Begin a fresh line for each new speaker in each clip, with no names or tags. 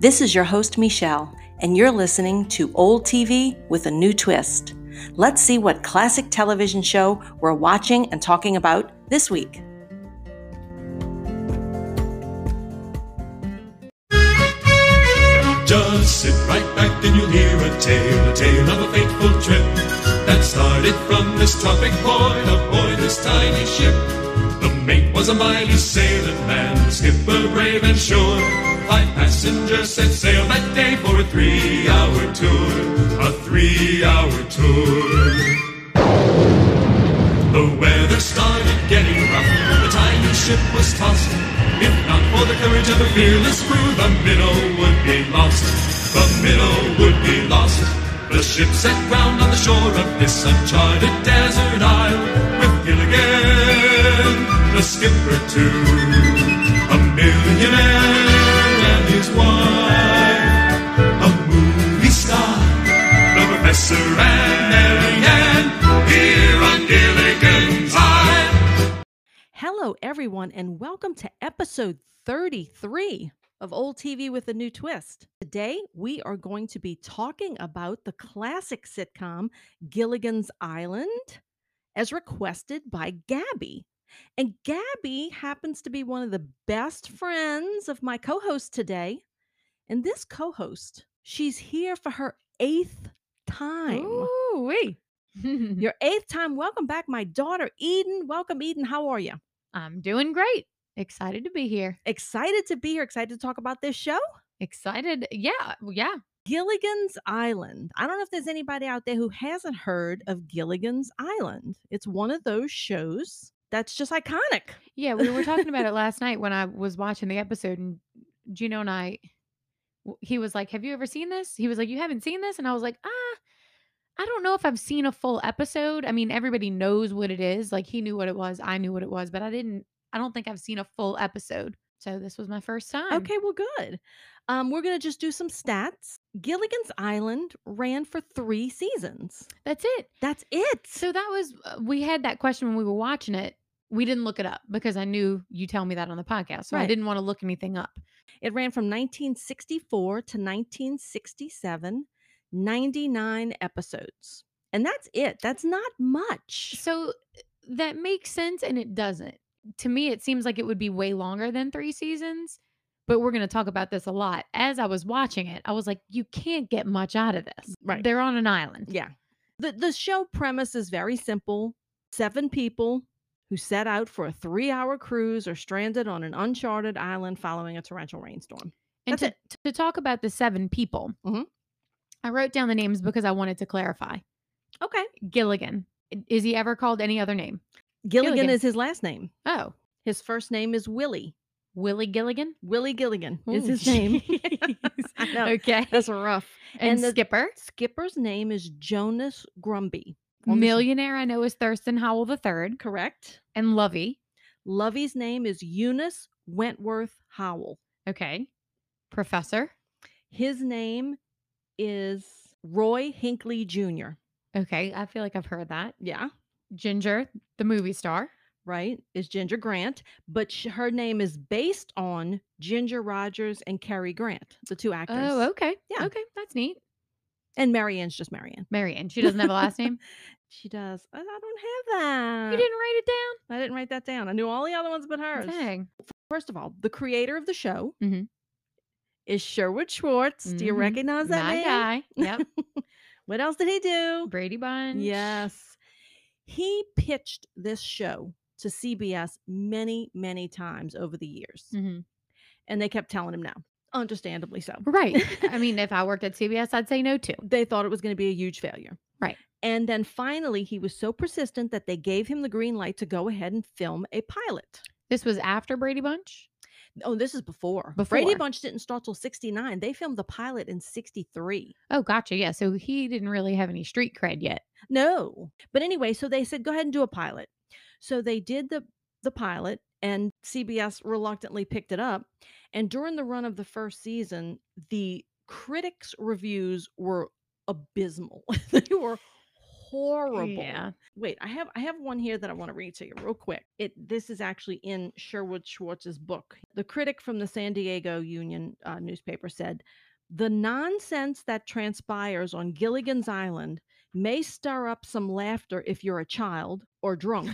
This is your host, Michelle, and you're listening to Old TV with a New Twist. Let's see what classic television show we're watching and talking about this week.
Just sit right back and you'll hear a tale, a tale of a fateful trip that started from this tropic point aboard this tiny ship. The mate was a mighty sailor man, the skipper brave and sure. Five passengers set sail that day for a three-hour tour, a three-hour tour. The weather started getting rough. The tiny ship was tossed. If not for the courage of the fearless crew, the minnow would be lost. The minnow would be lost. The ship set ground on the shore of this uncharted desert isle. With Gilligan, the skipper too, a millionaire and his wife, a movie star. The professor and Marianne here on Gilligan's Island.
Hello, everyone, and welcome to episode 33 of Old TV with a New Twist. Today, we are going to be talking about the classic sitcom Gilligan's Island as requested by Gabby. And Gabby happens to be one of the best friends of my co host today. And this co host, she's here for her eighth time.
Ooh, wee.
Your eighth time. Welcome back, my daughter, Eden. Welcome, Eden. How are you?
I'm doing great. Excited to be here.
Excited to be here. Excited to talk about this show.
Excited. Yeah. well, Yeah.
Gilligan's Island. I don't know if there's anybody out there who hasn't heard of Gilligan's Island. It's one of those shows that's just iconic.
Yeah. We were talking about it last night when I was watching the episode, and Gino and I, w- he was like, Have you ever seen this? He was like, You haven't seen this? And I was like, Ah, I don't know if I've seen a full episode. I mean, everybody knows what it is. Like, he knew what it was. I knew what it was, but I didn't, I don't think I've seen a full episode. So this was my first time.
Okay, well, good. Um, we're going to just do some stats. Gilligan's Island ran for three seasons.
That's it.
That's it.
So that was uh, we had that question when we were watching it. We didn't look it up because I knew you tell me that on the podcast, so
Right.
I didn't want to look anything up.
It ran from 1964 to 1967, 99 episodes. And that's it. That's not much.
So uh, that makes sense and it doesn't. To me, it seems like it would be way longer than three seasons, but we're going to talk about this a lot. As I was watching it, I was like, you can't get much out of this.
Right.
They're on an island.
Yeah. The the show premise is very simple. Seven people who set out for a 3-hour cruise are stranded on an uncharted island following a torrential rainstorm.
And to,
That's
to talk about the seven people,
Mhm.
I wrote down the names because I wanted to clarify.
Okay.
Gilligan. i- Is he ever called any other name?
Gilligan,
Gilligan.
is his last name.
Oh,
His first name is Willie.
Willie Gilligan?
Willie Gilligan is
Ooh,
his name.
jeez.
I know.
okay.
That's rough.
and
and the-
Skipper.
Skipper's name is Jonas Grumby. on the show,
Millionaire I know is Thurston Howell III.
correct.
And Lovey.
Lovey's name is Eunice Wentworth Howell.
Okay. Professor.
His name is Roy Hinckley Jr.
Okay. I feel like I've heard that.
Yeah.
Ginger, the movie star.
right, is Ginger Grant, but sh- her name is based on Ginger Rogers and Cary Grant, the two actors.
Oh, okay.
Yeah.
Okay. That's neat.
And Marianne's just Marianne.
Marianne. She doesn't have a last name.
She does. I I don't have that.
you didn't write it
I didn't write that down. I knew all the other ones but hers.
down. Dang.
First of all, the creator of the show
Mhm.
is Sherwood Schwartz. Do you
Mhm.
recognize that
My
name?
guy. Yep.
What else did he do?
Brady Bunch.
Yes. He pitched this show to CBS many, many times over the years.
Mhm.
and they kept telling him no. Understandably so.
Right. I mean, if I worked at CBS, I'd say no too.
They thought it was going to be a huge failure.
Right.
And then finally, he was so persistent that they gave him the green light to go ahead and film a pilot.
This was after Brady Bunch.
Oh, this is before. Brady
Before.
Bunch didn't start till 69. They filmed the pilot in 63.
Oh, gotcha. Yeah. So he didn't really have any street cred yet.
No. But anyway, so they said, go ahead and do a pilot. So they did the, the pilot, and CBS reluctantly picked it up. And during the run of the first season, the critics' reviews were abysmal. they were horrible.
Yeah.
Wait, I have I have one here that I want to read to you real quick. It this is actually in Sherwood Schwartz's book. The critic from the San Diego Union uh, newspaper said, "The nonsense that transpires on Gilligan's Island may stir up some laughter if you're a child or drunk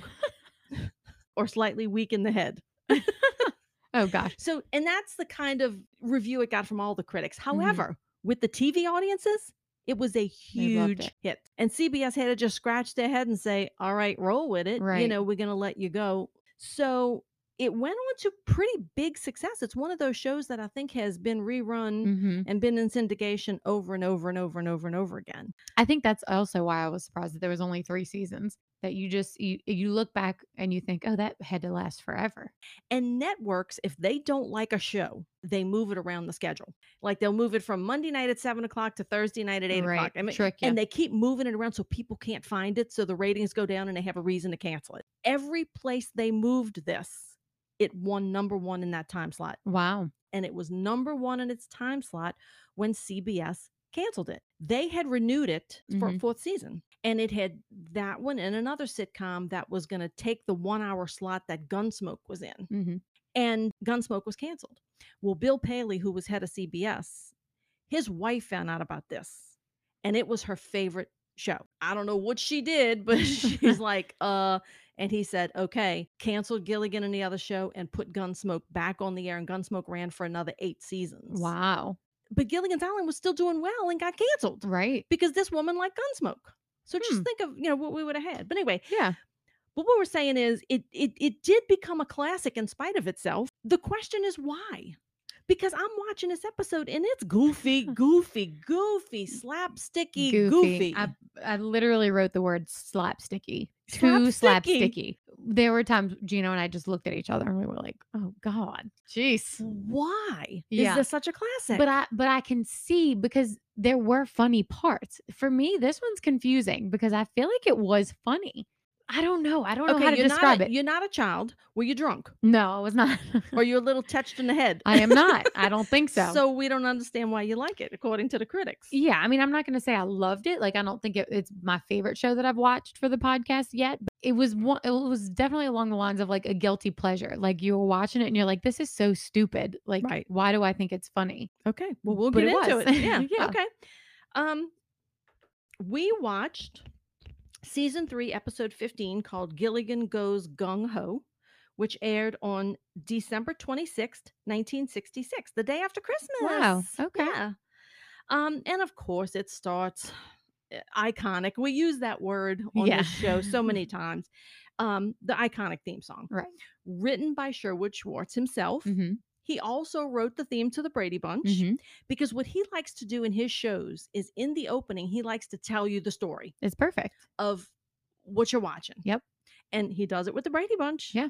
or slightly weak in the head."
Oh gosh.
So, and that's the kind of review it got from all the critics.
Mm-hmm.
However, with the TV audiences, it was a
They loved
huge
it.
hit. And CBS had to just scratch their head and say, all right, roll with it. You
Right.
know, we're going to let you go. So it went on to pretty big success. It's one of those shows that I think has been rerun
hmm
and been in syndication over and over and over and over and over again.
I think that's also why I was surprised that there was only three seasons. That you just you you look back and you think, oh, that had to last forever.
And networks, if they don't like a show, they move it around the schedule. Like they'll move it from Monday night at seven o'clock to Thursday night at eight o'clock. I mean,
trick ya.
and they keep moving it around so people can't find it. So the ratings go down and they have a reason to cancel it. Every place they moved this, it won number one in that time slot.
wow.
And it was number one in its time slot when CBS canceled it. They had renewed it for a
Mhm.
fourth season. And it had that one and another sitcom that was going to take the one hour slot that Gunsmoke was in
hmm
and Gunsmoke was canceled. Well, Bill Paley, who was head of CBS, his wife found out about this, and it was her favorite show. I don't know what she did, but she's like, uh, and he said, okay, canceled Gilligan and the other show and put Gunsmoke back on the air, and Gunsmoke ran for another eight seasons.
Wow.
But Gilligan's Island was still doing well and got canceled
Right.
because this woman liked Gunsmoke. So
Mm. Hmm.
just think of, you know, what we would have had. But anyway,
Yeah.
but what we're saying is it it it did become a classic in spite of itself. The question is why? Because I'm watching this episode and it's goofy, goofy, goofy, slapsticky, goofy.
I, I literally wrote the word slapsticky. Too
Slapsticky.
slapsticky. There were times Gino and I just looked at each other and we were like, oh God. Jeez.
why
Yeah.
is this such a classic?
But I but I can see because there were funny parts. For me, this one's confusing because I feel like it was funny. I don't know. I don't know how to
you're
describe
not a,
it.
You're not a child. Were you drunk?
No, it was not.
Or you're a little touched in the head?
I am not. I don't think so.
so we don't understand why you like it, according to the critics.
yeah, I mean, I'm not going to say I loved it. Like, I don't think it, it's my favorite show that I've watched for the podcast yet. But it was one. It was definitely along the lines of like a guilty pleasure. Like you were watching it and you're like, "This is so stupid. Like,
Right.
why do I think it's funny?"
Okay. Well, we'll
Mm, But
get
it
into
was.
it. Yeah.
Yeah.
Okay. Um, we watched season three, episode 15, called Gilligan Goes Gung Ho, which aired on December 26th, 1966, the day after Christmas.
Okay.
Yeah. Um, and of course, it starts uh, iconic. We use that word on
Yeah.
this show so many times. Um, the iconic theme song,
Right.
written by Sherwood Schwartz himself.
Mm-hmm.
He also wrote the theme to the Brady Bunch
hmm
because what he likes to do in his shows is in the opening he likes to tell you the story
It's perfect.
of what you're watching
Yep.
and he does it with the brady bunch
Yeah.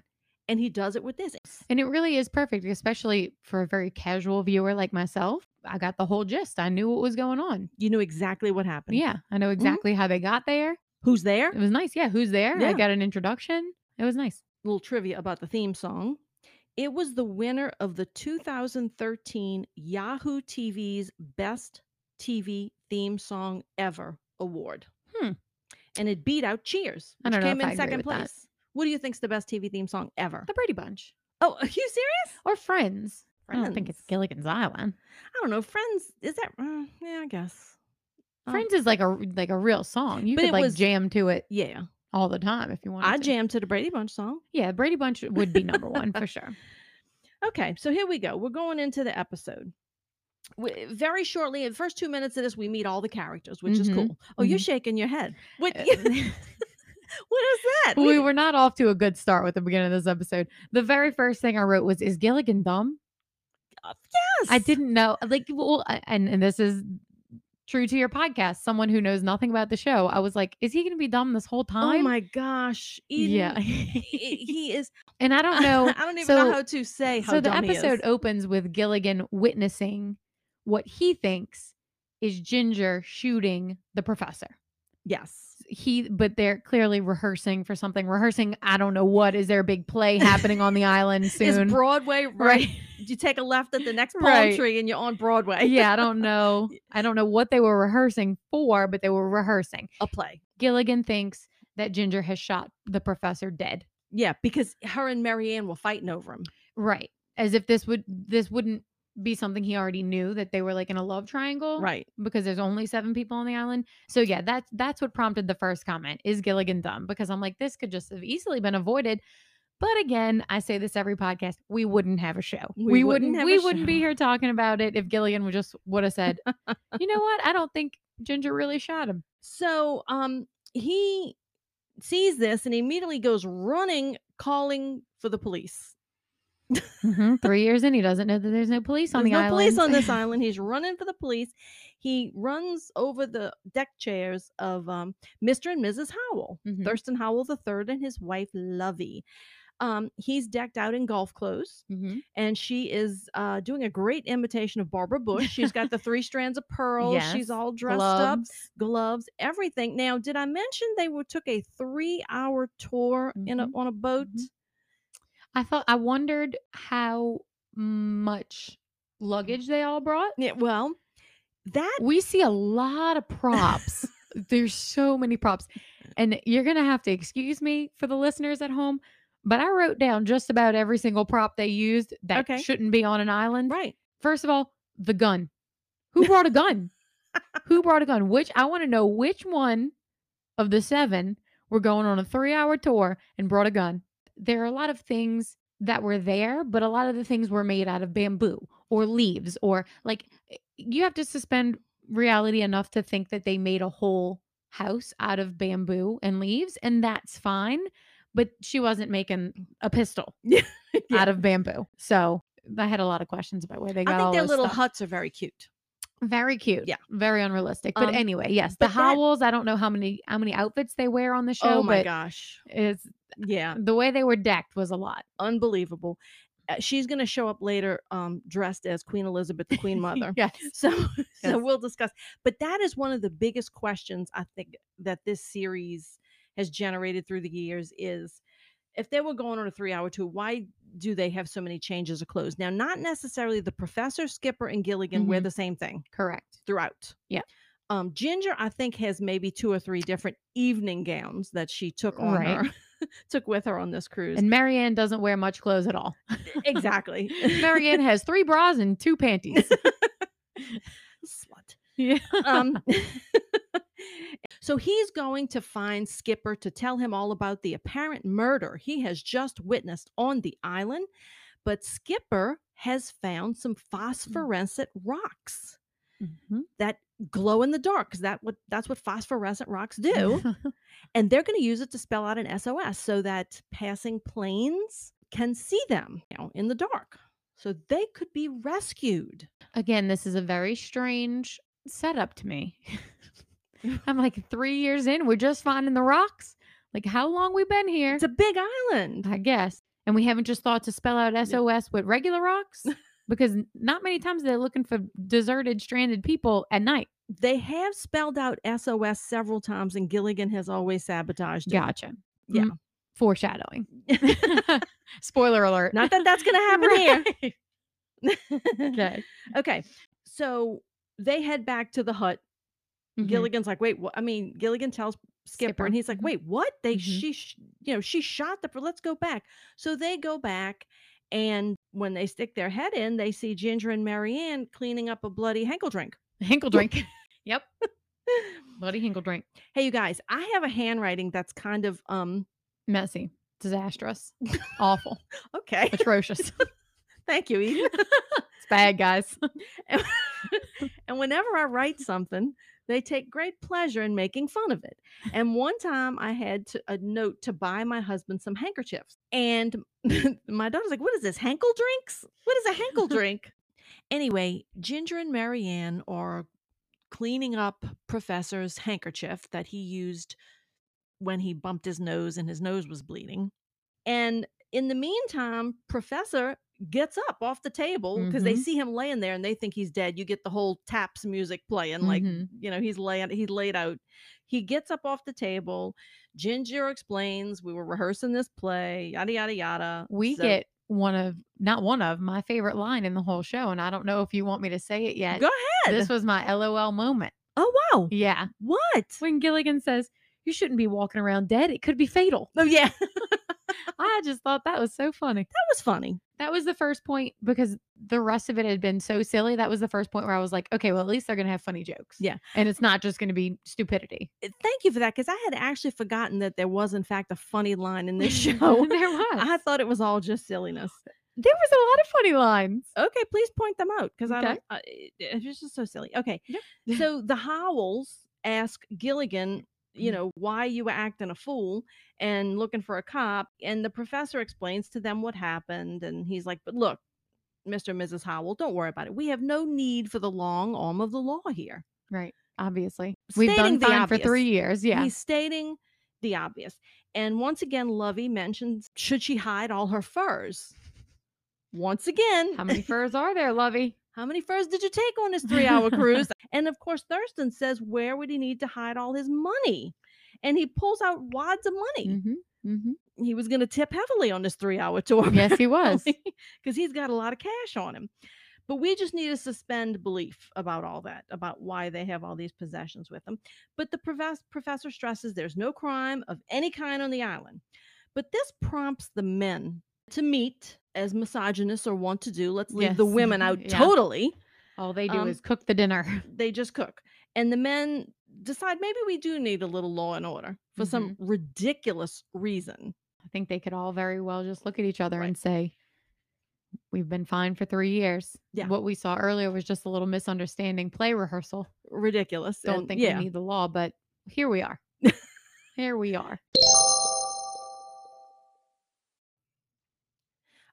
and he does it with this
And it really is perfect, especially for a very casual viewer like myself. I got the whole gist. I knew what was going on.
you knew exactly what happened
Yeah, I
Mm-hmm.
know exactly how they got there.
who's there
It was nice. Yeah, who's there?
Yeah.
I got an introduction. It was nice.
little trivia about the theme song it was the winner of the 2013 yahoo tv's best tv theme song ever award
Hmm.
and it beat out cheers
I
which
don't know
came
if
in
I agree
second
with that.
place what do you think's the best tv theme song ever
The Brady Bunch
oh are you serious
or Friends. I don't think it's
Friends.
Gilligan's Island.
I don't know. Friends is that? mm, yeah, I guess. Oh.
Friends is like a r- like a real song. You
But
could
it
like
was-
jam to it
Yeah,
all the time if you want.
I
to.
jammed to the Brady Bunch song.
Yeah, Brady Bunch would be number one for sure.
Okay, so here we go. We're going into the episode. We, very shortly, in the first two minutes of this, we meet all the characters, which is
Mhm,
cool. Oh, you're
mhm.
shaking your head. What?
Uh,
what is that?
we were not off to a good start with the beginning of this episode. The very first thing I wrote was, "Is Gilligan dumb?"
uh, yes.
I didn't know. Like, well, I- and and this is true to your podcast. Someone who knows nothing about the show, I was like, "Is he going to be dumb this whole
Oh
time?"
my gosh. Eden,
yeah,
i- he is.
and I don't know.
I don't even know
so-
how to say how
so the
dumb he is.
episode opens with Gilligan witnessing what he thinks is Ginger shooting the professor.
Yes.
He, but they're clearly rehearsing for something. Rehearsing, I don't know what. Is there a big play happening on the island soon?
Is Broadway right?
right.
You take a left at the next palm
Right.
tree and you're on Broadway.
yeah, I don't know. I don't know what they were rehearsing for, but they were rehearsing.
a play.
Gilligan thinks that Ginger has shot the professor dead.
Yeah, because her and Marianne were fighting over him.
Right. As if this would this wouldn't be something he already knew that they were like in a love triangle.
Right.
Because there's only seven people on the island. So yeah, that's that's what prompted the first comment. Is Gilligan dumb? Because I'm like, this could just have easily been avoided. But again, I say this every podcast, we wouldn't have a show.
We wouldn't have a
we wouldn't be
show.
here talking about it if Gilligan would just would have said, you know what? I don't think Ginger really shot him.
So um he sees this and immediately goes running, calling for the police.
Mhm. Three years in, he doesn't know that there's no police on
Mm-hmm. There's
the
no
island.
police on this island. He's running for the police. He runs over the deck chairs of um, Mr. and Mrs. Howell,
Mhm.
Thurston Howell III, and his wife Lovey. Um, he's decked out in golf clothes,
Mhm.
and she is uh, doing a great imitation of Barbara Bush. She's got the three strands of pearls.
Yes.
She's all dressed up,
Gloves.
gloves, everything. Now, did I mention they were, took a three-hour tour in
Mm-hmm,
a, on a boat?
I thought I wondered how much
Mm-hmm.
luggage they all brought.
Yeah. Well, that
We see a lot of props. There's so many props. And you're going to have to excuse me for the listeners at home, but I wrote down just about every single prop they used that
Okay.
shouldn't be on an island.
right.
First of all, the gun. Who brought a gun? Who brought a gun? Which I want to know which one of the seven were going on a three hour tour and brought a gun. There are a lot of things that were there, but a lot of the things were made out of bamboo or leaves or like eh, you have to suspend reality enough to think that they made a whole house out of bamboo and leaves, and that's fine. But she wasn't making a pistol
Yeah.
out of bamboo. So I had a lot of questions about where they got
I
all
think their
this
little
stuff.
huts are very cute.
Very cute.
Yeah.
Very unrealistic. But
Um,
anyway, yes, the
but that-
Howells, I don't know how many how many outfits they wear on the show,
oh my
but
gosh.
it's
Yeah.
the way they were decked was a lot.
Unbelievable. Uh, She's going to show up later um, dressed as Queen Elizabeth, the Queen Mother.
Yes.
So,
Yes.
so we'll discuss. But that is one of the biggest questions I think that this series has generated through the years is if they were going on a three hour tour, why do they have so many changes of clothes? Now, not necessarily the professor, Skipper, and Gilligan wear
Mhm.
the same thing
Correct.
throughout.
Yeah.
Um, Ginger, I think, has maybe two or three different evening gowns that she took on
Right.
her, took with her on this cruise.
And Marianne doesn't wear much clothes at all.
exactly.
Marianne has three bras and two panties.
Slut.
yeah.
Um, so he's going to find Skipper to tell him all about the apparent murder he has just witnessed on the island. But Skipper has found some phosphorescent rocks
Mm-hmm.
that glow in the dark because that what that's what phosphorescent rocks do. and they're going to use it to spell out an SOS so that passing planes can see them you know, in the dark. So they could be rescued.
Again, this is a very strange setup to me. I'm like three years in, we're just finding the rocks. Like how long we been here?
It's a big island.
I guess. And we haven't just thought to spell out SOS with regular rocks because n- not many times they're looking for deserted, stranded people at night.
They have spelled out SOS several times, and Gilligan has always sabotaged it.
Gotcha.
Yeah.
Mm, Foreshadowing. Spoiler alert.
Not that that's going to happen
Right.
here.
Okay.
okay. So they head back to the hut.
Mhm.
Gilligan's like, wait, what? I mean, Gilligan tells Skipper,
Skipper.
and he's like,
Mhm.
wait, what? They,
Mhm.
she, sh- you know, she shot the, pro- let's go back. So they go back, and when they stick their head in, they see Ginger and Marianne cleaning up a bloody Henkel drink.
Hinkle drink. yep. Bloody hinkle drink.
hey, you guys, I have a handwriting that's kind of, um,
Messy. Disastrous. Awful.
okay.
Atrocious. It's
Thank you, Eden.
bad, guys.
And whenever I write something, they take great pleasure in making fun of it. And one time I had to, a note to buy my husband some handkerchiefs. And my daughter's like, What is this? Henkel drinks? What is a Henkel drink? anyway, Ginger and Marianne are cleaning up Professor's handkerchief that he used when he bumped his nose and his nose was bleeding. And in the meantime, Professor gets up off the table because they
Mhm.
see him laying there and they think he's dead. You get the whole taps music playing, like
Mhm.
you know he's laying he's laid out. He gets up off the table. Ginger explains we were rehearsing this play, yada yada yada.
We
So-
get one of, not one of, my favorite line in the whole show. And I don't know if you want me to say it yet.
go ahead.
This was my LOL moment.
oh wow,
Yeah.
what?
when Gilligan says, you shouldn't be walking around dead. It could be fatal.
Oh, yeah. that
I just thought that was so funny.
was funny.
That was the first point because the rest of it had been so silly. That was the first point where I was like, okay, well, at least they're going to have funny jokes.
Yeah.
And it's not just going to be stupidity.
Uh, Thank you for that because I had actually forgotten that there was, in fact, a funny line in this show.
there was.
I thought it was all just silliness.
there was a lot of funny lines.
Okay, please point them out because I
Okay.
don't. I, it- it's just so silly. Okay,
Yep.
so the Howells ask Gilligan, you
Mhm.
know, why you were acting a fool and looking for a cop, and the professor explains to them what happened, and he's like, "But look, Mr. and Mrs. Howell, don't worry about it. We have no need for the long arm of the law here."
Right. Obviously. We've
Stating
done
the
fine for
obvious.
three years. Yeah.
He's stating the obvious. And once again, Lovey mentions, should she hide all her furs? Once again,
How many furs are there, Lovey?
How many furs did you take on this three hour cruise? And of course, Thurston says, Where would he need to hide all his money? And he pulls out wads of money.
Mm-hmm. Mm-hmm.
He was going to tip heavily on this three hour tour.
Yes, he was.
Because he's got a lot of cash on him. But we just need to suspend belief about all that, about why they have all these possessions with them. But the profess- professor stresses there's no crime of any kind on the island. But this prompts the men to meet as misogynists or want to do. Let's leave the
Yes.
women out
Yeah.
totally
All they do
Um,
is cook the dinner.
they just cook. And the men decide maybe we do need a little law and order for some
Mm-hmm.
ridiculous reason.
I think they could all very well just look at each other
Right.
and say, We've been fine for three years.
Yeah.
What we saw earlier was just a little misunderstanding play rehearsal.
Ridiculous.
Don't
and
think
yeah.
we need the law, but here we are. here we are.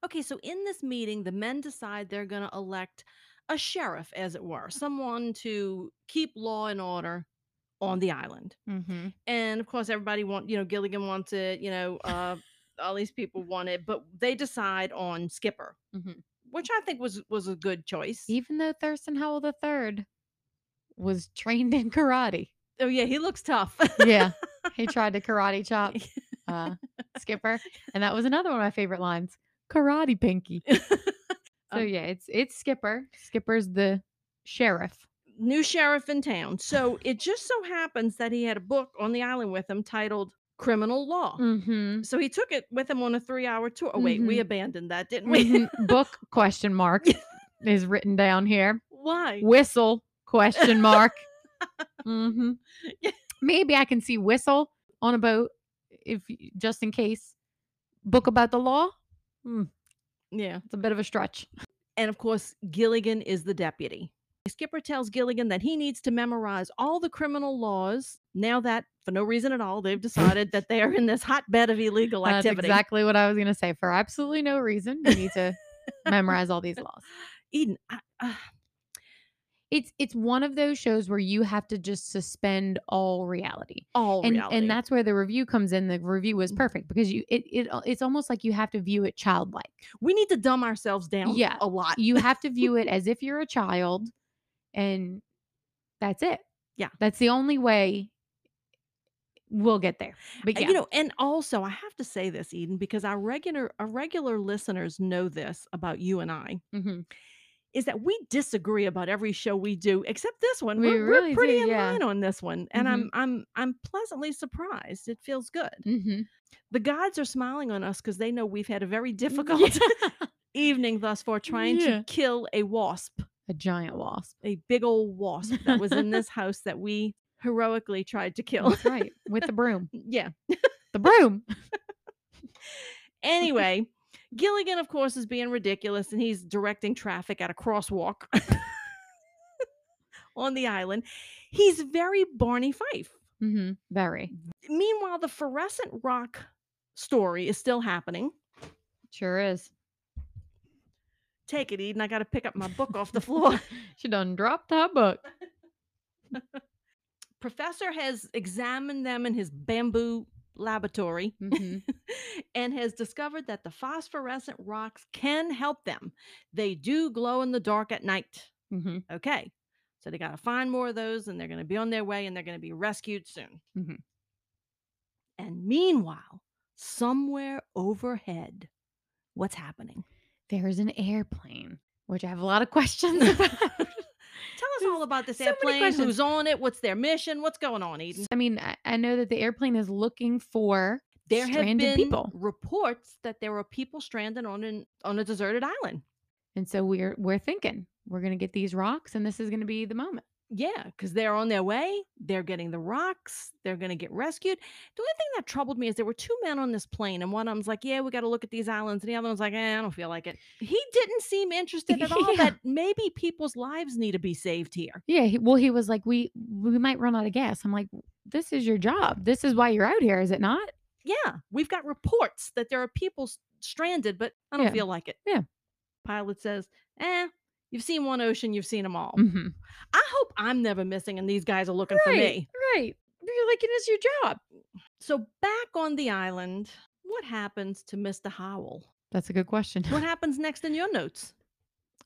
okay, so in this meeting, the men decide they're going to elect a sheriff, as it were, someone to keep law and order on the island.
Mm-hmm.
And of course, everybody want you know Gilligan wants it, you know, uh, all these people want it, but they decide on Skipper,
Mhm.
which I think was was a good choice.
Even though Thurston Howell III was trained in karate.
oh yeah, he looks tough.
Yeah. he tried to karate chop uh, Skipper. And that was another one of my favorite lines karate pinky. So,
Um,
yeah, it's it's Skipper. Skipper's the sheriff.
new sheriff in town. So it just so happens that he had a book on the island with him titled Criminal Law.
Mm-hmm.
So he took it with him on a three hour tour. Oh, wait, we
Mhm.
abandoned that, didn't we?
Mhm. book question mark is written down here
Why?
whistle question mark hmm
Yeah.
maybe i can see whistle on a boat if y- just in case book about the law
Yeah.
it's a bit of a stretch
And of course, Gilligan is the deputy. Skipper tells Gilligan that he needs to memorize all the criminal laws now that, for no reason at all, they've decided that they are in this hotbed of illegal
that's
activity.
exactly what i was going to say for absolutely no reason you need to memorize all these laws
Eden, I, uh,
it's it's one of those shows where you have to just suspend all reality
all
and
reality.
and that's where the review comes in the review was
Mhm.
perfect because you it, it it's almost like you have to view it childlike
we need to dumb ourselves down
Yeah.
a lot.
you have to view it as if you're a child and that's it
Yeah.
that's the only way we'll get there but
Uh,
yeah
you know and also i have to say this eden because our regular our regular listeners know this about you and i
mhm.
is that we disagree about every show we do except this one
We
are
really
we're pretty
do,
in
yeah.
line on this one and
Mhm.
i'm i'm i'm pleasantly surprised it feels good
Mhm.
the gods are smiling on us because they know we've had a very difficult
Mm, Yeah.
evening thus far trying
Yeah.
to kill a wasp
a giant wasp
a big old wasp that was in this house that we heroically tried to kill
that's right with the broom
yeah
the broom
Anyway, Gilligan, of course, is being ridiculous and he's directing traffic at a crosswalk on the island. He's very Barney Fife.
hmm very
Meanwhile, the fluorescent rock story is still happening.
sure is
Take it, Eden. I got to pick up my book off the floor.
she done dropped that book
Professor has examined them in his bamboo laboratory
hmm
and has discovered that the phosphorescent rocks can help them. They do glow in the dark at night.
hmm
okay so they got to find more of those and they're going to be on their way and they're going to be rescued soon
Mhm.
and meanwhile somewhere overhead what's happening
there's an airplane which i have a lot of questions about
tell us us all about this
so many
airplane.
questions.
Who's on it? What's their mission? What's going on, Eden?
I mean, I, I know that the airplane is looking for
There have
stranded
been
people.
reports that there were people stranded on an on a deserted island.
And so we're we're thinking we're gonna get these rocks, and this is gonna be the moment.
Yeah, because they're on their way. They're getting the rocks. They're going to get rescued. The only thing that troubled me is there were two men on this plane, and one of them's like, "Yeah, we got to look at these islands," and the other one's like, eh, "I don't feel like it." He didn't seem interested at all
Yeah.
that maybe people's lives need to be saved here.
Yeah. He, well, he was like, we we might run out of gas. I'm like, this is your job. This is why you're out here, is it not?
Yeah, we've got reports that there are people s- stranded, but I don't
Yeah.
feel like it.
Yeah.
Pilot says, "Eh, you've seen one ocean, you've seen them all.
Mm-hmm.
I hope I'm never missing, and these guys are looking for
Right.
me."
Right. You're like, it is your job.
So back on the island, what happens to Mr. Howell?
That's a good question.
What happens next in your notes?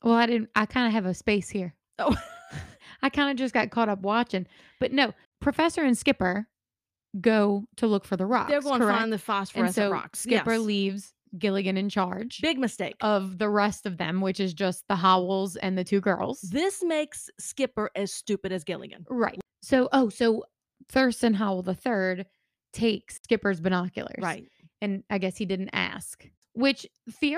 Well, I didn't. I kind of have a space here.
Oh,
I kind of just got caught up watching. But no, Professor and Skipper go to look for the rocks.
they're going to
correct?
find the
and
phosphorescent
so
rocks.
Skipper Oh,
yes.
leaves Gilligan in charge
Big mistake.
of the rest of them, which is just the Howells and the two girls.
this makes Skipper as stupid as Gilligan.
Right. So, oh, so Thurston Howell the third takes Skipper's binoculars.
Right.
And I guess he didn't ask, which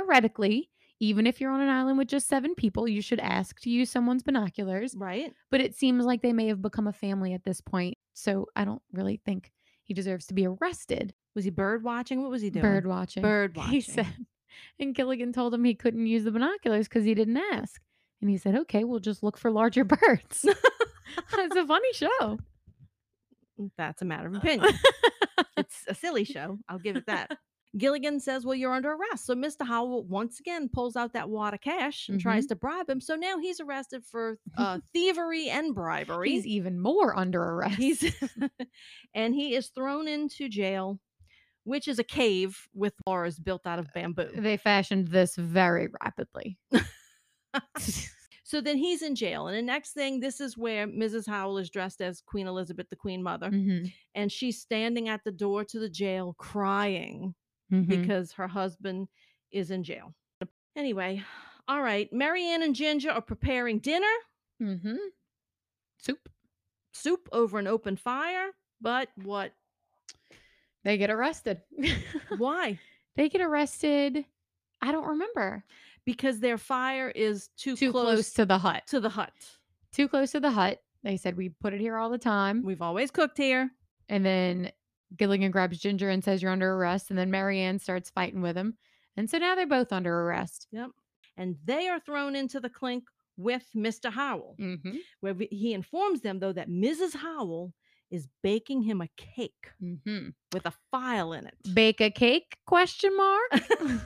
theoretically, even if you're on an island with just seven people, you should ask to use someone's binoculars.
Right.
But it seems like they may have become a family at this point. So I don't really think he deserves to be arrested.
Was he bird watching? What was he doing?
Bird watching.
Bird
He
watching.
said, and Gilligan told him he couldn't use the binoculars because he didn't ask. And he said, okay, we'll just look for larger birds. it's a funny show.
Mm, That's a matter of opinion. it's a silly show. I'll give it that. Gilligan says, Well, you're under arrest. So Mr. Howell once again pulls out that wad of cash and tries
Mm-hmm.
to bribe him. So now he's arrested for uh, thievery and bribery.
He's even more under arrest.
He's and he is thrown into jail, which is a cave with bars built out of bamboo.
they fashioned this very rapidly.
So then he's in jail, and the next thing, this is where Mrs. Howell is dressed as Queen Elizabeth, the Queen Mother,
Mhm,
and she's standing at the door to the jail crying
mhm.
because her husband is in jail. Anyway, all right, Marianne and Ginger are preparing dinner,
Mhm. Soup.
soup over an open fire, but what?
They get arrested.
Why?
they get arrested. I don't remember.
Because their fire is too,
Too close,
close
to the hut.
to the hut.
Too close to the hut. They said we put it here all the time.
We've always cooked here.
And then Gilligan grabs Ginger and says, You're under arrest. And then Marianne starts fighting with him. And so now they're both under arrest.
And they are thrown into the clink with Mr. Howell,
Mm-hmm.
where v- he informs them, though, that Mrs. Howell is baking him a cake
Mm-hmm.
with a file in it.
Bake a cake? Question mark.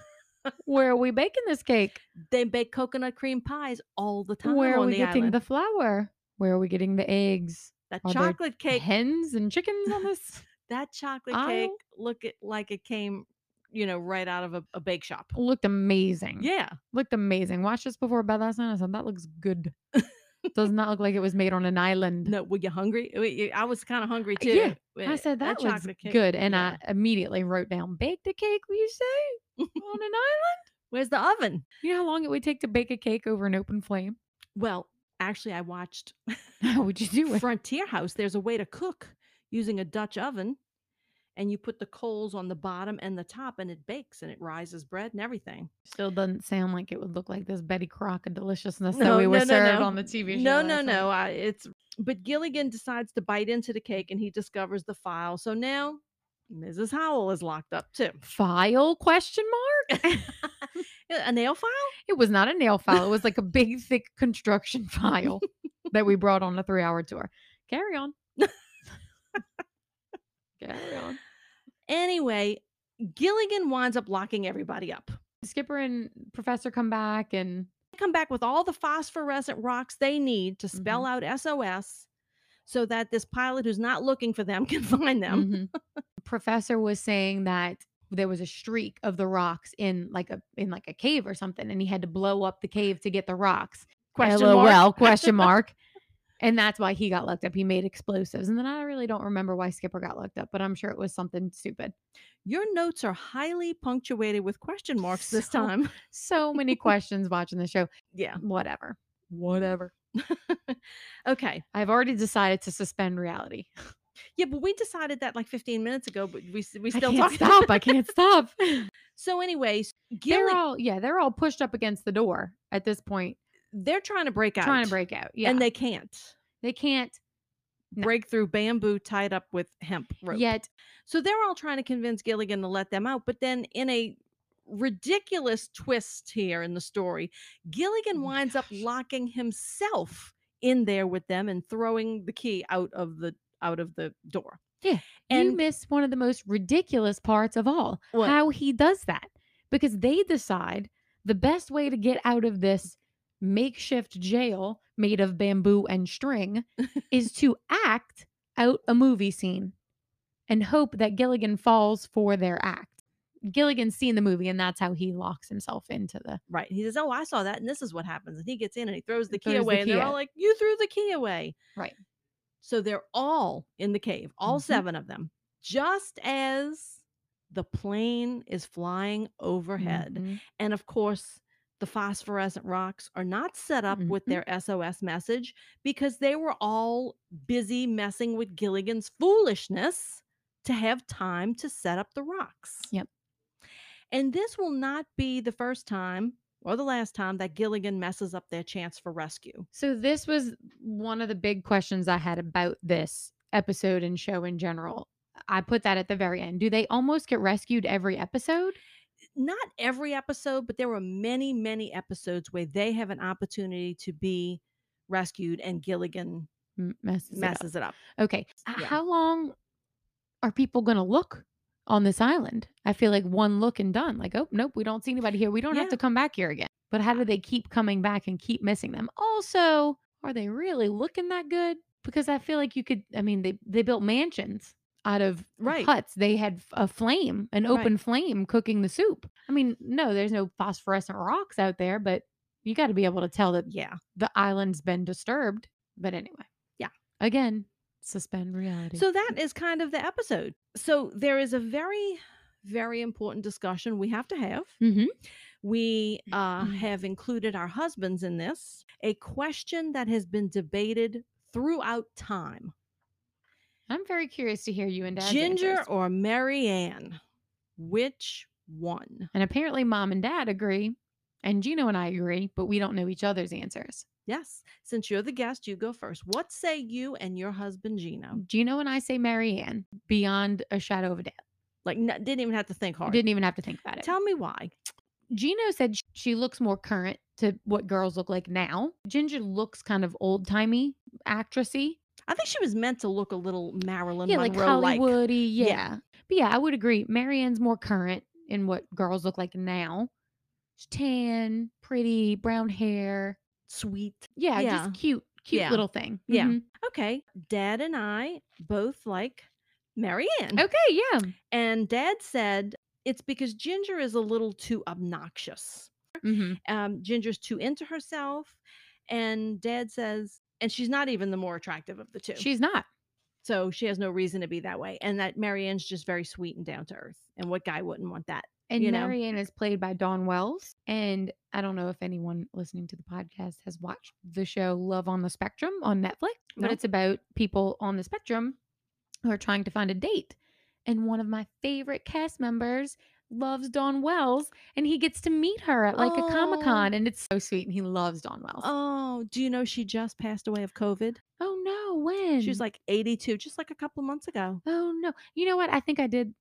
Where are we baking this cake?
they bake coconut cream pies all the time
Where are
on
we
the
getting
island.
the flour? Where are we getting the eggs?
that
are there
chocolate cake,
Hens and chickens on this?
that chocolate
aisle?
cake, look it like it came, you know, right out of a, a bake shop.
Looked amazing.
Yeah,
Looked amazing. Watched this before bed last night. I said, That looks good. Does not look like it was made on an island.
no, were you hungry? Uh, you- I was kind of hungry too.
yeah, I
Uh,
said that, looks
chocolate cake-
good, and
yeah.
I immediately wrote down baked a cake. Will you say on an island?
Where's the oven?
You know how long it would take to bake a cake over an open flame?
Well, actually, I watched
How would you do it?
Frontier House, there's a way to cook using a Dutch oven. And you put the coals on the bottom and the top, and it bakes and it rises bread and everything.
Still doesn't sound like it would look like this Betty Crocker deliciousness that
No,
we were
no, no,
served
no.
on the TV show.
No, no,
last night.
no. I, it's but Gilligan decides to bite into the cake, and he discovers the file. So now Mrs. Howell is locked up too.
File question mark?
A a nail file?
It was not a nail file. It was like a big, thick construction file that we brought on a three-hour tour. Carry on. Carry on.
Anyway, Gilligan winds up locking everybody up.
Skipper and Professor come back and
They come back with all the phosphorescent rocks they need to spell
Mm-hmm.
out SOS, so that this pilot who's not looking for them can find them.
Mhm. Professor was saying that there was a streak of the rocks in like a in like a cave or something, and he had to blow up the cave to get the rocks.
Question
LOL
mark.
question mark. And that's why he got locked up. He made explosives, and then I really don't remember why Skipper got locked up, but I'm sure it was something stupid.
Your notes are highly punctuated with question marks this
So-
time.
So many questions watching the show.
Yeah.
Whatever. Whatever.
okay.
I've already decided to suspend reality.
Yeah, but we decided that like 15 minutes ago, but we s- we
I
still
can't
talked.
stop. I can't stop.
So, anyways,
they're
Gilly,
all yeah, they're all pushed up against the door at this point,
they're trying to break out,
trying to break out. Yeah,
and they can't
they can't No.
break through bamboo tied up with hemp rope.
yet.
So they're all trying to convince Gilligan to let them out, but then in a ridiculous twist here in the story, Gilligan
Oh my
winds up
gosh.
locking himself in there with them and throwing the key out of the out of the door.
Yeah, you
And
miss one of the most ridiculous parts of all
What?
how he does that because they decide the best way to get out of this makeshift jail made of bamboo and string is to act out a movie scene and hope that Gilligan falls for their act. Gilligan's seen the movie and that's how he locks himself into the
right. He says, Oh, I saw that, and this is what happens. And he gets in and he throws the key
Throws the
away. and
key
they're all
out.
like, You threw the key away.
Right.
So they're all in the cave, all
Mhm.
seven of them, just as the plane is flying overhead.
Mhm.
And of course, the phosphorescent rocks are not set up with
Mhm.
their SOS message because they were all busy messing with Gilligan's foolishness to have time to set up the rocks.
Yep.
And this will not be the first time or the last time that Gilligan messes up their chance for rescue.
So this was one of the big questions I had about this episode and show in general. I put that at the very end. Do they almost get rescued every episode?
Not every episode, but there were many, many episodes where they have an opportunity to be rescued and Gilligan
M- Messes. it up.
messes it up.
Okay. h-
Yeah.
How long are people going to look on this island? I feel like one look and done. Like, oh, nope, we don't see anybody here. We don't
Yeah.
have to come back here again. But how do they keep coming back and keep missing them? Also, are they really looking that good? Because I feel like you could, I mean, they, they built mansions out of
Right.
huts. They had f- a flame, an
Right.
open flame cooking the soup. I mean, no, there's no phosphorescent rocks out there, but you got to be able to tell that
Yeah.
the island's been disturbed. But anyway,
Yeah.
Again, suspend reality.
So that is kind of the episode. So there is a very, very important discussion we have to have.
Mhm.
We uh,
Mm-hmm.
have included our husbands in this, a question that has been debated throughout time
I'm very curious to hear you and Dad.
Ginger or Mary Ann? Which one?
and apparently, Mom and Dad agree, and Gino and I agree, but we don't know each other's answers.
Yes. Since you're the guest, you go first. What say you and your husband, Gino?
Gino and I say Marianne beyond a shadow of a doubt.
Like, n- didn't even have to think hard.
Didn't even have to think about it.
Tell me why.
Gino said sh- she looks more current to what girls look like now. Ginger looks kind of old timey, actressy.
I think she was meant to look a little Marilyn
yeah, like
Monroe
Hollywoody.
Yeah.
Yeah. But yeah, I would agree. Marianne's more current in what girls look like now. She's tan, pretty, brown hair.
sweet.
Yeah,
Yeah.
just cute, cute
Yeah.
little thing.
Yeah.
Mhm.
okay, dad and I both like Marianne.
Okay, yeah.
And dad said it's because Ginger is a little too obnoxious.
Mhm.
Um, Ginger's too into herself. And dad says, and she's not even the more attractive of the two.
She's not.
so she has no reason to be that way. And that Marianne's just very sweet and down to earth. And what guy wouldn't want that?
And
You know.
Marianne is played by Dawn Wells. And I don't know if anyone listening to the podcast has watched the show Love on the Spectrum on Netflix,
No.
but it's about people on the spectrum who are trying to find a date. And one of my favorite cast members loves Dawn Wells, and he gets to meet her at like a Comic
Oh.
Con, and it's so sweet. And he loves Dawn Wells. Oh,
Oh, do you know she just passed away of COVID?
no, when?
She was like 82, just like a couple months ago.
Oh no. You know what? I think I did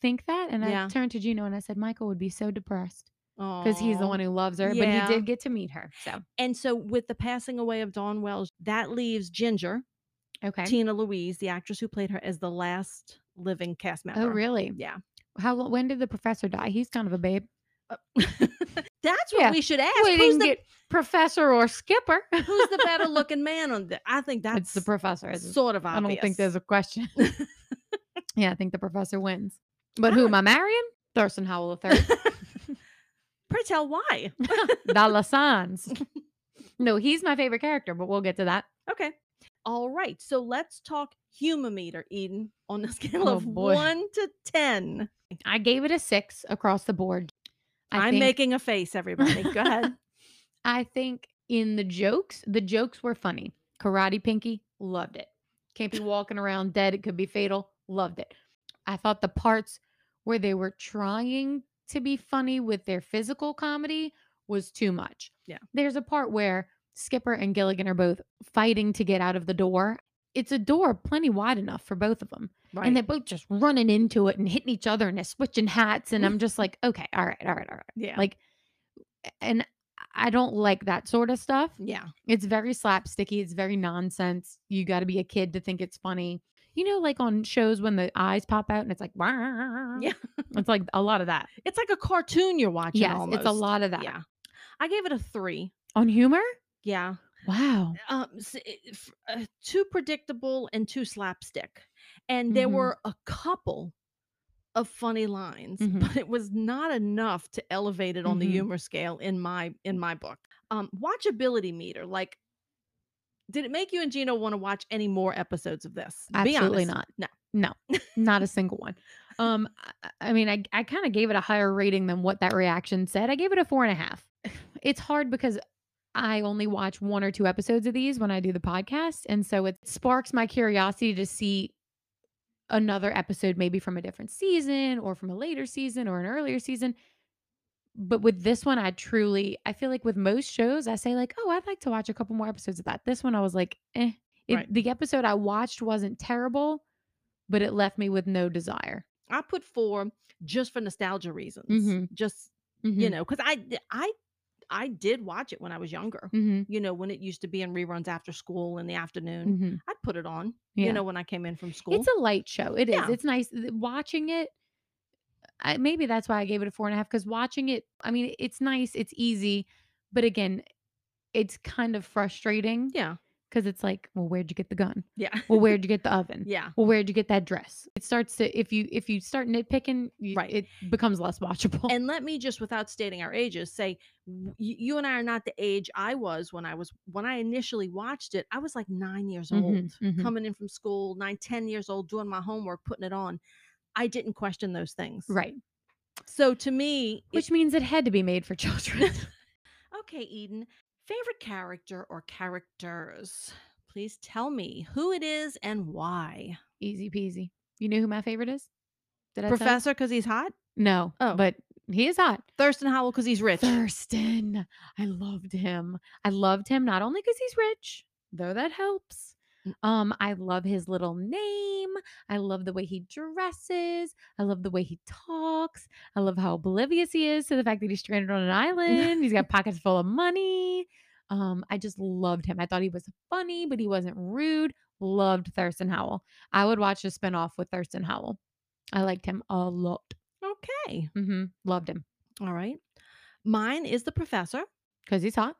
think that. And
Yeah.
I turned to Gino and I said, Michael would be so depressed because he's the
Aw.
one who loves her.
Yeah.
But he did get to meet her. So,
And so, with the passing away of Dawn Wells, that leaves Ginger,
okay.
Tina Louise, the actress who played her, as the last living cast member.
Oh, really?
Yeah.
How lo- when did the professor die? He's kind of a babe.
That's what
Yeah.
we should ask.
we
who's,
didn't
the,
get professor or skipper.
who's the better looking man on the? I think
it's
that's
the professor. It's-
sort of
I
obvious.
don't think there's a question. yeah, I think the professor wins. But
Ah.
who am I marrying? Thurston Howell III.
Pray tell why.
Dollar signs. No, he's my favorite character, but we'll get to that.
Okay. All right. So let's talk human meter, Eden, on a scale
Oh,
of
boy.
one to 10.
I gave it a six across the board.
I am
think-
making a face, everybody. Go ahead.
I think in the jokes, the jokes were funny. Karate Pinky loved it. Can't be walking around dead. It could be fatal. Loved it. I thought the parts where they were trying to be funny with their physical comedy was too much.
Yeah.
There's a part where Skipper and Gilligan are both fighting to get out of the door. It's a door plenty wide enough for both of them.
Right.
And they're both just running into it and hitting each other and they're switching hats. And I'm just like, okay, all right, all right, all right.
yeah.
Like, and I don't like that sort of stuff.
yeah.
It's very slapsticky. It's very nonsense. You got to be a kid to think it's funny. You know, like on shows when the eyes pop out and it's like, yeah, it's like a lot of that.
It's like a cartoon you're watching.
Yes,
almost.
it's a lot of that.
Yeah. I gave it a three.
On humor?
Yeah.
Wow.
Um, s- it- f- uh, too predictable and too slapstick. And there
Mhm.
were a couple of funny lines,
Mhm.
but it was not enough to elevate it on the
Mhm.
humor scale in my in my book. Um, watchability meter, like, did it make you and Gino want to watch any more episodes of this? Be
Absolutely
honest.
not.
No.
No. Not a single one. Um, I- I mean, I, I kind of gave it a higher rating than what that reaction said. I gave it a four and a half. It's hard because I only watch one or two episodes of these when I do the podcast. And so it sparks my curiosity to see another episode, maybe from a different season or from a later season or an earlier season. But with this one, I truly, I feel like with most shows, I say, like, oh, I'd like to watch a couple more episodes of that. This one, I was like, eh. It,
Right.
The episode I watched wasn't terrible, but it left me with no desire.
I put four just for nostalgia reasons.
Mhm.
Just you know, because I d- I I did watch it when I was younger.
hmm
you know, when it used to be in reruns after school in the afternoon,
hmm
I'd put it on,
Yeah.
you know, when I came in from school.
It's a light show. It is.
Yeah.
It's nice Th- watching it. I, maybe that's why I gave it a four and a half because watching it, I mean, it's nice, it's easy, but again, it's kind of frustrating
yeah.
because it's like, well, where'd you get the gun?
Yeah.
Well, where'd you get the oven?
yeah.
Well, where'd you get that dress? It starts to if you if you start nitpicking, you,
Right.
it becomes less watchable.
And let me just, without stating our ages, say w- y- you and I are not the age I was when I was, when I initially watched it, I was like nine years
Mhm,
old,
mhm.
coming in from school, nine, ten years old, doing my homework, putting it on. I didn't question those things.
right,
So to me, it-
which means it had to be made for children.
okay, Eden, favorite character or characters? Please tell me who it is and why.
easy peasy. You know who my favorite is? Did I tell you?
Professor, because he's hot.
No,
Oh.
but he is hot.
Thurston Howell because he's rich.
Thurston. I loved him. I loved him not only because he's rich, though that helps.
Mm.
Um, I love his little name. I love the way he dresses. I love the way he talks. I love how oblivious he is to the fact that he's stranded on an island. He's got pockets full of money. Um, I just loved him. I thought he was funny, but he wasn't rude. Loved Thurston Howell. I would watch a spinoff with Thurston Howell. I liked him a lot.
Okay.
hmm Loved him
All right. Mine is the professor.
because he's hot.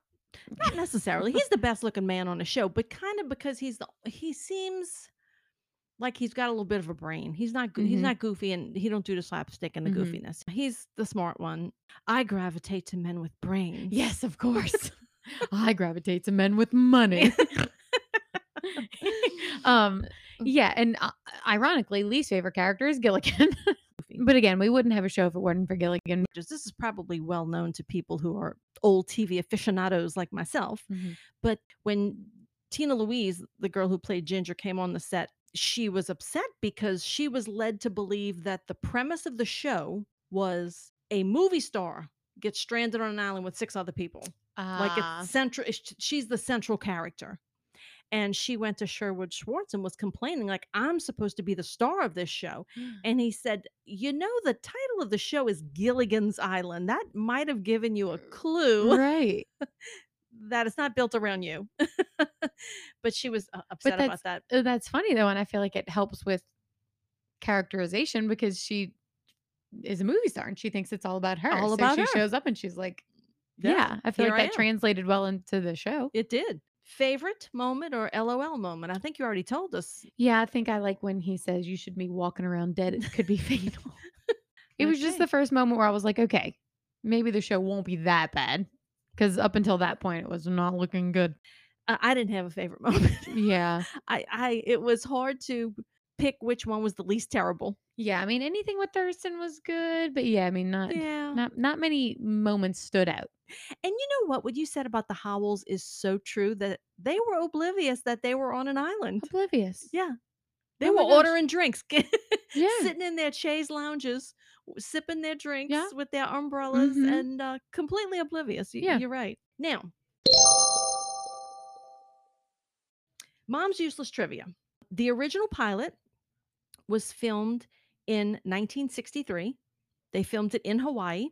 Not necessarily. He's the best looking man on the show, but kind of because he's the he seems like he's got a little bit of a brain. He's not goo- he's
Mhm.
not goofy and he don't do the slapstick and the
Mhm.
goofiness. He's the smart one. I gravitate to men with brains.
Yes, of course. I gravitate to men with money. um,
Oh.
yeah, and uh, ironically, least favorite character is Gilligan. but again, we wouldn't have a show if it weren't for Gilligan.
Just- This is probably well known to people who are old TV aficionados like myself. But when Tina Louise, the girl who played Ginger, came on the set, she was upset because she was led to believe that the premise of the show was a movie star gets stranded on an island with six other people. Like
Ah.
it's central, it's- she's the central character. And she went to Sherwood Schwartz and was complaining, like, I'm supposed to be the star of this show. And he said, You know, the title of the show is Gilligan's Island. That might have given you a clue
right.
that it's not built around you. but she was uh, upset about
that's-
that.
Uh, That's funny though, and I feel like it helps with characterization because she is a movie star and she thinks it's all about her.
All
so
about
she
her.
shows up and she's like, "Yeah, I feel
here
like
I
that
am."
translated well into the show."
It did. Favorite moment or LOL moment? I think you already told us.
Yeah, I think I like when he says you should be walking around dead. It could be fatal. it was just
Okay.
the first moment where I was like, okay, maybe the show won't be that bad. Because up until that point, it was not looking good.
Uh, I didn't have a favorite moment.
Yeah.
I, I, it was hard to pick which one was the least terrible.
Yeah. I mean, anything with Thurston was good, but yeah, I mean, not
Yeah.
not not many moments stood out.
And you know what? What you said about the Howells is so true that they were oblivious that they were on an island.
Oblivious.
Yeah. They
Oh my
were
gosh.
ordering drinks,
Yeah.
sitting in their chaise lounges, w- sipping their drinks with their umbrellas
Mhm.
and uh, completely oblivious. Y-
Yeah.
You're right. Now, Mom's Useless Trivia. The original pilot was filmed in 1963. They filmed it in Hawaii.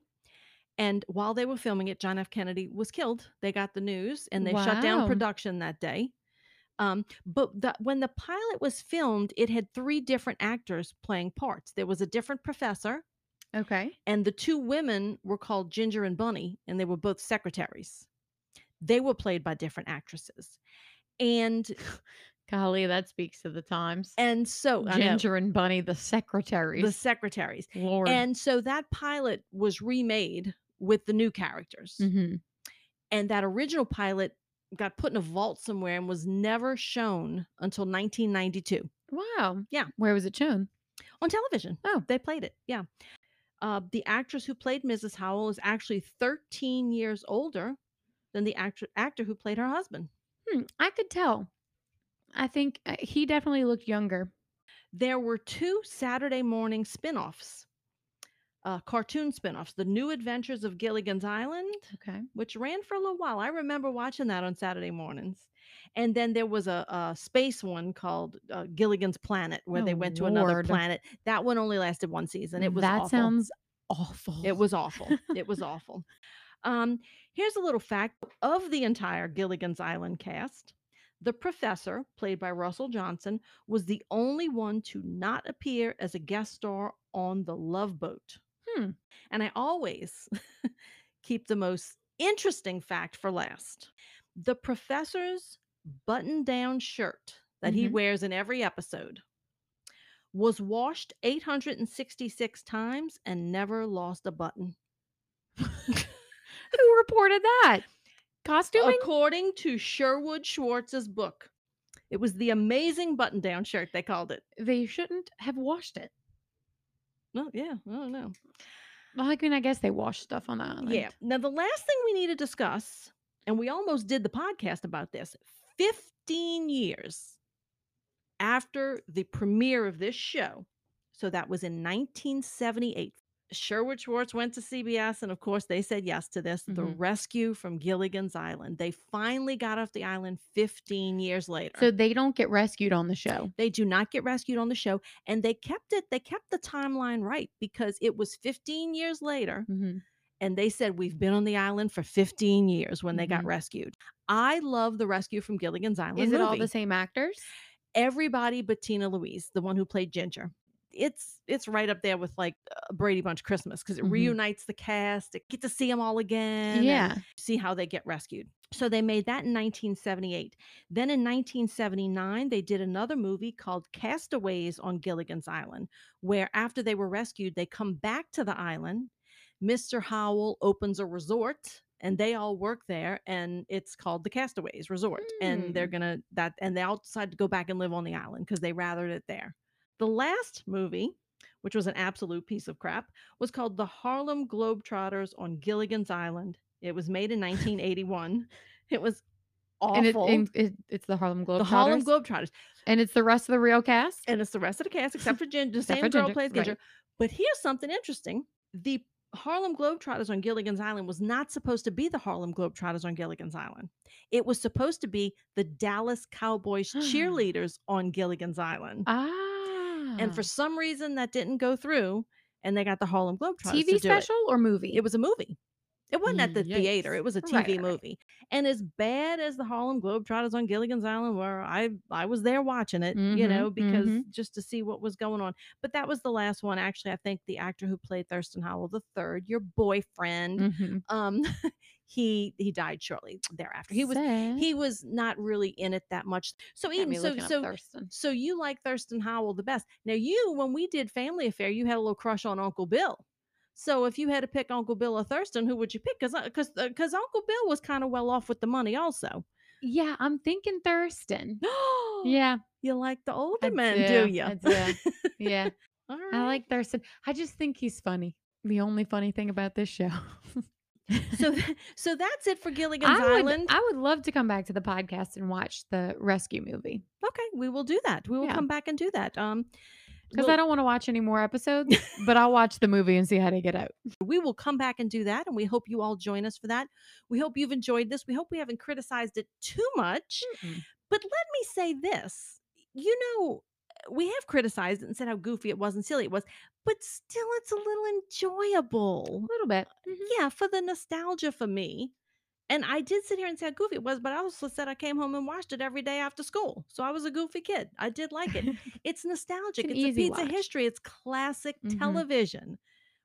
And while they were filming it, John F. Kennedy was killed. They got the news and they shut down
Wow.
production that day. Um, but the, when the pilot was filmed, it had three different actors playing parts. There was a different professor,
Okay.
and the two women were called Ginger and Bunny, and they were both secretaries. They were played by different actresses. And
Golly, that speaks to the times.
and so I know,
Ginger and Bunny, the
the
secretaries.
secretaries.
Lord.
And so that pilot was remade with the new characters.
Mhm.
And that original pilot got put in a vault somewhere and was never shown until 1992
Wow.
Yeah.
Where was it shown?
on television.
Oh.
they played it. Yeah. Uh, the actress who played Mrs. Howell is actually 13 years older than the actor, actor who played her husband.
Hmm, I could tell. I think uh, he definitely looked younger.
There were two Saturday morning spin offs, uh, cartoon spin offs The New Adventures of Gilligan's Island
Okay.
which ran for a little while. I remember watching that on Saturday mornings. And then there was a, a space one called uh, Gilligan's Planet, where
Oh,
they went to another
Lord.
planet. That one only lasted one season. It was
Mm, that
awful.
sounds awful.
It was awful. it was awful. Um, here's a little fact of the entire Gilligan's Island cast. The professor, played by Russell Johnson, was the only one to not appear as a guest star on The Love Boat.
Hmm.
And I always keep the most interesting fact for last. The professor's button down shirt that he
Mhm.
wears in every episode was washed 866 times and never lost a button.
Who reported that? Costuming?
According to Sherwood Schwartz's book, it was the amazing button down shirt, they called it.
They shouldn't have washed it.
No, yeah, I don't know.
Well, I mean, I guess they wash stuff on the island.
Yeah. Now, the last thing we need to discuss, and we almost did the podcast about this 15 years after the premiere of this show. So that was in 1978. Sherwood Schwartz went to CBS, and of course, they said yes to this the
Mhm.
rescue from Gilligan's Island. They finally got off the island 15 years later.
So they don't get rescued on the show.
They do not get rescued on the show. And they kept it, they kept the timeline right because it was 15 years later
Mhm.
and they said we've been on the island for 15 years when they got
Mhm.
rescued. I love the rescue from Gilligan's Island.
Is it all the
movie.
same actors?
Everybody but Tina Louise, the one who played Ginger. It's it's right up there with like uh, Brady Bunch Christmas because it
Mhm.
reunites the cast. It get to see them all again. and
yeah.
see how they get rescued. So they made that in 1978. Then in 1979, they did another movie called Castaways on Gilligan's Island, where after they were rescued, they come back to the island. Mr. Howell opens a resort and they all work there and it's called the Castaways Resort and they're
Hmm.
going to that and they all decide to go back and live on the island cuz they rathered it there. The last movie, which was an absolute piece of crap, was called the Harlem Globetrotters on Gilligan's Island. It was made in 1981. It was
And, it,
awful.
and it- it's the Harlem Globetrotters.
the Harlem Globetrotters,
and it's the rest of the real cast.
and it's the rest of the cast except for Ginger. The
Except
same
for
girl
Ginger,
plays
right.
Ginger. But here's something interesting: the Harlem Globetrotters on Gilligan's Island was not supposed to be the Harlem Globetrotters on Gilligan's Island. It was supposed to be the Dallas Cowboys cheerleaders on Gilligan's Island.
Ah.
And for some reason, that didn't go through, and they got the Harlem Globetrotters to do
TV
it.
special or movie?
It was a movie. It wasn't at the theater.
Mm, Yikes.
It was a TV
Right, right, right.
movie. And as bad as the Harlem Globetrotters on Gilligan's Island were, I I was there watching it, you
Mhm,
know, because
mhm.
just to see what was going on. But that was the last one. Actually, I think the actor who played Thurston Howell the third, your boyfriend,
Mhm.
um, he he died shortly thereafter. He was
Sad.
he was not really in it that much. So
Got
even
me
so
looking up
so
Thurston.
so you like Thurston Howell the best. Now you, when we did Family Affair, you had a little crush on Uncle Bill. So if you had to pick Uncle Bill or Thurston, who would you pick? uh, Because because because Uncle Bill was kind of well off with the money, also.
Yeah, I'm thinking Thurston. Yeah,
you like the older
I
man,
do,
do you?
I do. yeah.
All right.
I like Thurston. I just think he's funny. The only funny thing about this show.
So, th- so that's it for Gilligan's
I would,
Island.
I would love to come back to the podcast and watch the rescue movie
okay, we will do that. We will
Yeah.
come back and do that. Um,
because
we'll-
I don't want to watch any more episodes, but I'll watch the movie and see how they get out.
we will come back and do that and we hope you all join us for that we hope you've enjoyed this we hope we haven't criticized it too much but let me say this you know eh, we have criticized it and said how goofy it was and silly it was but still it's a little enjoyable
A little bit.
yeah for the nostalgia for me and i did sit here and say how goofy it was but i also said i came home and watched it every day after school so i was a goofy kid i did like it it's nostalgic.
an
It's, a
easy
piece of
watch.
history. It's classic
Mhm.
television,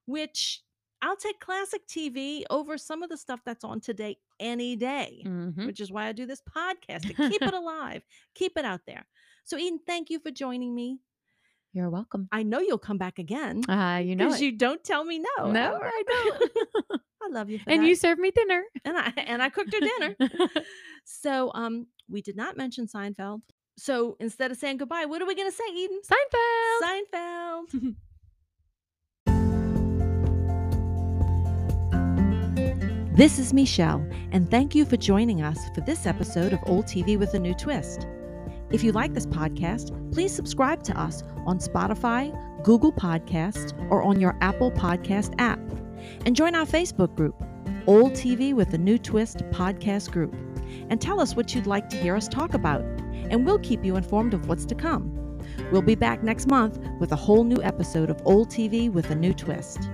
which I'll take classic TV over some of the stuff that's on today any day,
Mhm.
which is why I do this podcast to keep it alive, keep it out there. So, Eden, thank you for joining me.
You're welcome.
I know you'll come back again
Uh, you know
because
it.
you don't tell me no.
No, I don't.
I love you. For
and
that.
you served me dinner.
and I and I cooked her dinner. so, um, we did not mention Seinfeld. So instead of saying goodbye, what are we going to say, Eden?
Seinfeld.
Seinfeld. This is Michelle, and thank you for joining us for this episode of Old TV with a New Twist. If you like this podcast, please subscribe to us on Spotify, Google Podcasts, or on your Apple Podcast app. And join our Facebook group, Old TV with a New Twist Podcast Group, and tell us what you'd like to hear us talk about, and we'll keep you informed of what's to come. We'll be back next month with a whole new episode of Old TV with a New Twist.